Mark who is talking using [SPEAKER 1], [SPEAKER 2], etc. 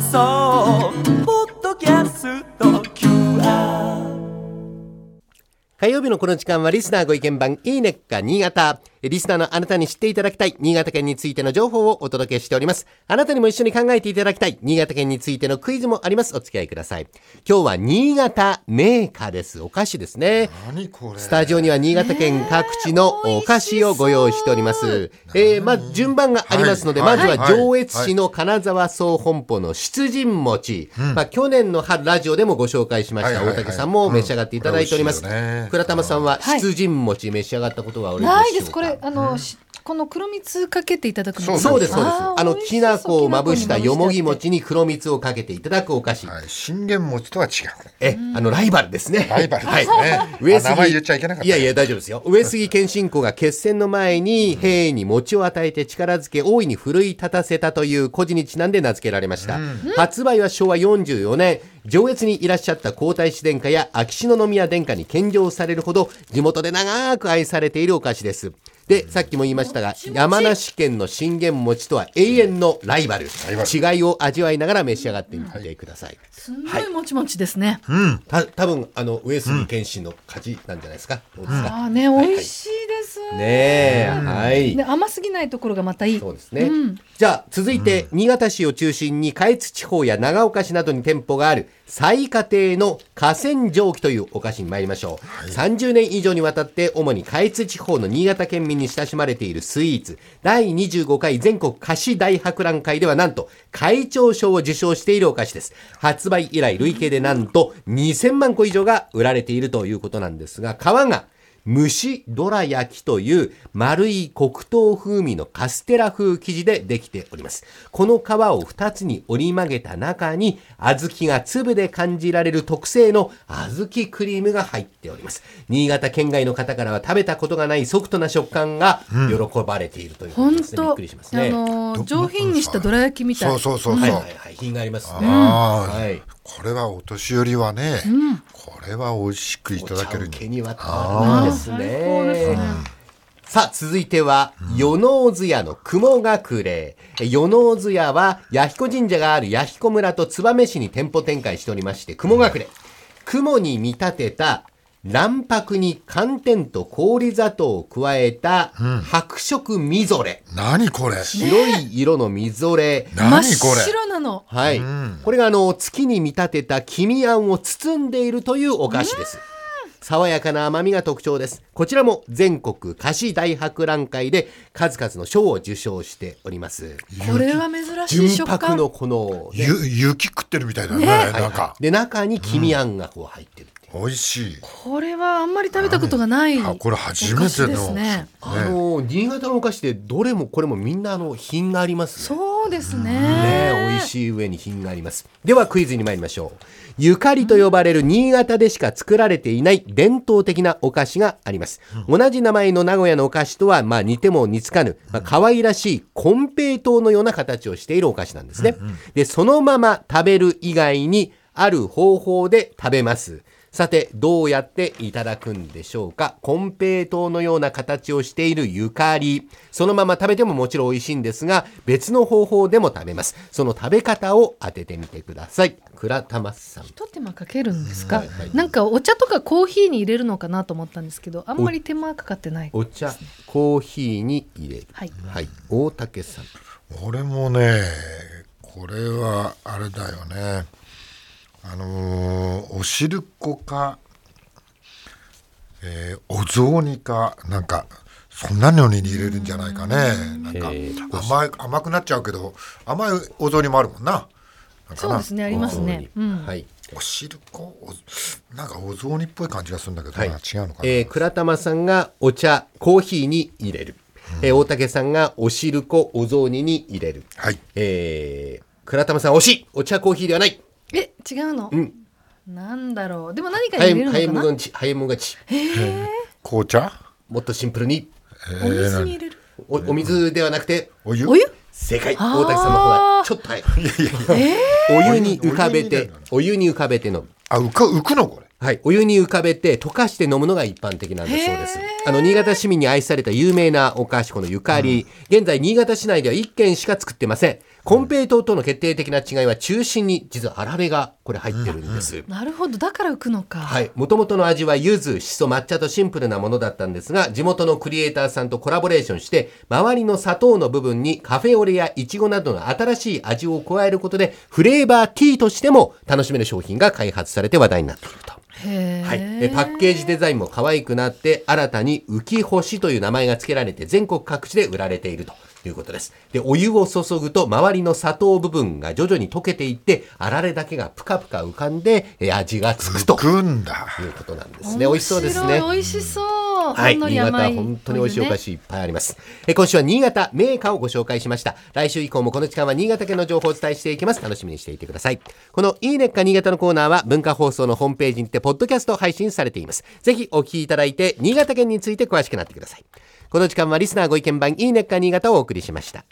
[SPEAKER 1] 送ポッドキャスト QR
[SPEAKER 2] 火曜日のこの時間はリスナーご意見番いいねっか新潟。リスナーのあなたに知っていただきたい新潟県についての情報をお届けしております。あなたにも一緒に考えていただきたい新潟県についてのクイズもあります。お付き合いください。今日は新潟銘菓です。お菓子ですね。
[SPEAKER 3] 何これ
[SPEAKER 2] スタジオには新潟県各地のお菓子をご用意しております。えー、まず順番がありますので、
[SPEAKER 3] はい
[SPEAKER 2] まずは
[SPEAKER 3] はい
[SPEAKER 2] 上越市の金沢総本舗の出陣餅。まあ、去年の春ラジオでもご紹介しまし
[SPEAKER 3] は
[SPEAKER 2] た。
[SPEAKER 3] いは
[SPEAKER 2] 大
[SPEAKER 3] いはい
[SPEAKER 2] 竹さんも召し上がっていただいております
[SPEAKER 3] うんこれ美味しいよね。
[SPEAKER 2] 倉玉さんは
[SPEAKER 4] はい
[SPEAKER 2] 出陣餅召し上がったことはおあり
[SPEAKER 4] ない
[SPEAKER 2] で
[SPEAKER 4] で
[SPEAKER 2] しょ
[SPEAKER 4] す
[SPEAKER 2] う
[SPEAKER 4] こ
[SPEAKER 2] か
[SPEAKER 4] れあの、しこの黒蜜かけていただくんですか
[SPEAKER 2] そうです、そうです
[SPEAKER 4] あ。ー
[SPEAKER 2] あの、
[SPEAKER 4] 美味
[SPEAKER 2] き
[SPEAKER 4] しそう
[SPEAKER 2] な粉をまぶした
[SPEAKER 4] きな
[SPEAKER 2] よ
[SPEAKER 4] 粉に
[SPEAKER 2] も
[SPEAKER 4] まぶ
[SPEAKER 2] ぎ
[SPEAKER 4] した
[SPEAKER 2] 餅に黒蜜をかけていただくお菓子。
[SPEAKER 3] はい、信玄餅とは違う。
[SPEAKER 2] え、あの、ライバルですね。
[SPEAKER 3] ライバルですねあ
[SPEAKER 2] 上
[SPEAKER 3] 名前言っちゃいけなかった
[SPEAKER 2] いやいや、大丈夫ですよ。上杉謙信公が決戦の前に、兵に餅を与えて力づけ、大いに奮い立たせたという故事にちなんで名付けられました。発売は昭和44年、上越にいらっしゃった皇太子殿下や秋篠宮殿下に献上されるほど、地元で長く愛されているお菓子です。で、さっきも言いましたが、山梨県の信玄餅とは永遠のライバル。
[SPEAKER 3] ライバ
[SPEAKER 2] 違いを味わいながら召し上がってみてください。
[SPEAKER 4] すんごいもちもちですね、
[SPEAKER 2] た多分あの上杉謙信の勝ちなんじゃないですか。どうですか。
[SPEAKER 4] ああね美味しいです、
[SPEAKER 2] ねえ、はい
[SPEAKER 4] で。甘すぎないところがまたいい
[SPEAKER 2] そうですね。じゃあ続いて、新潟市を中心に下越地方や長岡市などに店舗がある最家庭の河川蒸気というお菓子に参りましょう。30年以上にわたって主に下越地方の新潟県民に親しまれているスイーツ第25回全国菓子大博覧会ではなんと会長賞を受賞しているお菓子です。発売以来累計でなんと2000万個以上が売られているということなんですが、皮が蒸しどら焼きという丸い黒糖風味のカステラ風生地でできております。この皮を2つに折り曲げた中に、小豆が粒で感じられる特製の小豆クリームが入っております。新潟県外の方からは食べたことがないソフトな食感が喜ばれているということ
[SPEAKER 4] 本
[SPEAKER 2] ですね。びっ
[SPEAKER 4] 当、
[SPEAKER 2] くりします
[SPEAKER 4] あ
[SPEAKER 2] ね。
[SPEAKER 4] の
[SPEAKER 3] ど
[SPEAKER 4] 上品にしたどら焼きみたい
[SPEAKER 3] そうそうそうそう。
[SPEAKER 2] はいはいはい、品がありますね。
[SPEAKER 3] ああ、
[SPEAKER 2] はい。
[SPEAKER 3] これはお年寄りはね、これは美味しくいただける
[SPEAKER 2] お。茶受にはたまらないです
[SPEAKER 4] あー最高です
[SPEAKER 2] ね
[SPEAKER 4] ね。
[SPEAKER 2] さあ、続いては、与能津屋の雲隠れ。与能津屋は、弥彦神社がある弥彦村と燕市に店舗展開しておりまして、雲隠れ。雲に見立てた、卵白に寒天と氷砂糖を加えた、白色みぞれ。
[SPEAKER 3] 何これ
[SPEAKER 2] 白い色のみぞれ。
[SPEAKER 4] 真っ
[SPEAKER 3] 何これ
[SPEAKER 4] 白なの
[SPEAKER 2] はい。これがあの、月に見立てた黄身あんを包んでいるというお菓子です。爽やかな甘みが特徴です。こちらも全国菓子大博覧会で数々の賞を受賞しております。
[SPEAKER 4] これは珍しい
[SPEAKER 2] 純
[SPEAKER 4] 食
[SPEAKER 2] 白
[SPEAKER 4] 感
[SPEAKER 2] のこの、ね
[SPEAKER 3] ゆ雪食ってるみたいだね、
[SPEAKER 2] はい
[SPEAKER 3] なんか。
[SPEAKER 2] で、中に黄身あんがこう入ってるっていう。
[SPEAKER 3] 美味しい。
[SPEAKER 4] これはあんまり食べたことがない
[SPEAKER 3] あこれ初めての
[SPEAKER 4] お菓子ですね
[SPEAKER 2] あの、新潟のお菓子でどれもこれもみんなあの、品がありますね。
[SPEAKER 4] そうですね
[SPEAKER 2] ねえ、美味しい上に品があります。ではクイズに参りましょう。ゆかりと呼ばれる新潟でしか作られていない伝統的なお菓子があります。同じ名前の名古屋のお菓子とは、まあ似ても似つかぬ、まあ、可愛らしい金平糖のような形をしているお菓子なんですね。で、そのまま食べる以外に、ある方法で食べます。さて、どうやっていただくんでしょうか金平糖のような形をしているゆかり。そのまま食べてももちろん美味しいんですが、別の方法でも食べます。その食べ方を当ててみてください。倉玉さん。
[SPEAKER 4] ひと手間かけるんですか、
[SPEAKER 2] はいはい
[SPEAKER 4] なんかお茶とかコーヒーに入れるのかなと思ったんですけどあんまり手間かかってない
[SPEAKER 2] お茶、コーヒーに入れる。
[SPEAKER 4] はい
[SPEAKER 2] はい。大竹さん。
[SPEAKER 3] 俺もね、これはあれだよね。あのーおしるこか、えーお雑煮か、なんか、そんなのに入れるんじゃないかね。なんか甘い、甘くなっちゃうけど、甘いお雑煮もあるもんな。なんか
[SPEAKER 4] そう
[SPEAKER 3] な
[SPEAKER 4] ですねありますね
[SPEAKER 2] お雑煮
[SPEAKER 4] うん
[SPEAKER 2] はい。
[SPEAKER 3] おしるこおなんかお雑煮っぽい感じがするんだけどな、
[SPEAKER 2] はい、
[SPEAKER 3] 違うのかな、
[SPEAKER 2] えー倉玉さんがお茶、コーヒーに入れる。えー大竹さんがお汁粉、お雑煮に入れる。
[SPEAKER 3] はい
[SPEAKER 2] えー倉玉さん惜しいお茶コーヒーではない
[SPEAKER 4] え違うの、
[SPEAKER 2] ん
[SPEAKER 4] なんだろうでも何かに
[SPEAKER 2] 早い
[SPEAKER 4] 入れるの
[SPEAKER 2] 早い
[SPEAKER 4] か
[SPEAKER 2] も
[SPEAKER 4] な、
[SPEAKER 2] ん勝ち早いもん勝ち
[SPEAKER 3] 紅茶
[SPEAKER 2] もっとシンプルに
[SPEAKER 4] お水に入れる、
[SPEAKER 2] おお水ではなくて
[SPEAKER 3] お湯
[SPEAKER 4] お湯
[SPEAKER 2] 正解
[SPEAKER 4] あー
[SPEAKER 2] 大竹さんの方がちょっ と早いお湯に浮かべてお湯に浮かべて飲む
[SPEAKER 3] あ浮か浮くのこれ
[SPEAKER 2] はい、お湯に浮かべて溶かして飲むのが一般的なんだそうです。あの、新潟市民に愛された有名なお菓子、このゆかり。現在、新潟市内では1軒しか作ってません。コンペイトーとの決定的な違いは中心に実はあられがこれ入ってるんです。
[SPEAKER 4] なるほどだから浮くのか、
[SPEAKER 2] はい。もともとの味は柚子、しそ、抹茶とシンプルなものだったんですが、地元のクリエイターさんとコラボレーションして、周りの砂糖の部分にカフェオレやイチゴなどの新しい味を加えることで、フレーバーティーとしても楽しめる商品が開発されて話題になっていると。
[SPEAKER 4] へえ、
[SPEAKER 2] はい、えパッケージデザインも可愛くなって新たに浮星という名前が付けられて全国各地で売られているということですでお湯を注ぐと周りの砂糖部分が徐々に溶けていってあられだけがぷかぷか浮かんでえ味がつくと
[SPEAKER 3] くんだ。
[SPEAKER 2] いうことなんですね美味しそうですね
[SPEAKER 4] 面白い美味しそう、
[SPEAKER 2] は
[SPEAKER 4] ほ
[SPEAKER 2] い、
[SPEAKER 4] んのり
[SPEAKER 2] 新潟
[SPEAKER 4] 甘
[SPEAKER 2] はい本当に美味しいお菓
[SPEAKER 4] 子
[SPEAKER 2] 子いっぱいあります。え今週は新潟銘菓をご紹介しました。来週以降もこの時間は新潟県の情報をお伝えしていきます。楽しみにしていてください。このいいねっか新潟のコーナーは文化放送のホームページにてポッドキャストを配信されています。ぜひお聞きいただいて新潟県について詳しくなってください。この時間はリスナーご意見番いいねっか新潟をお送りしました。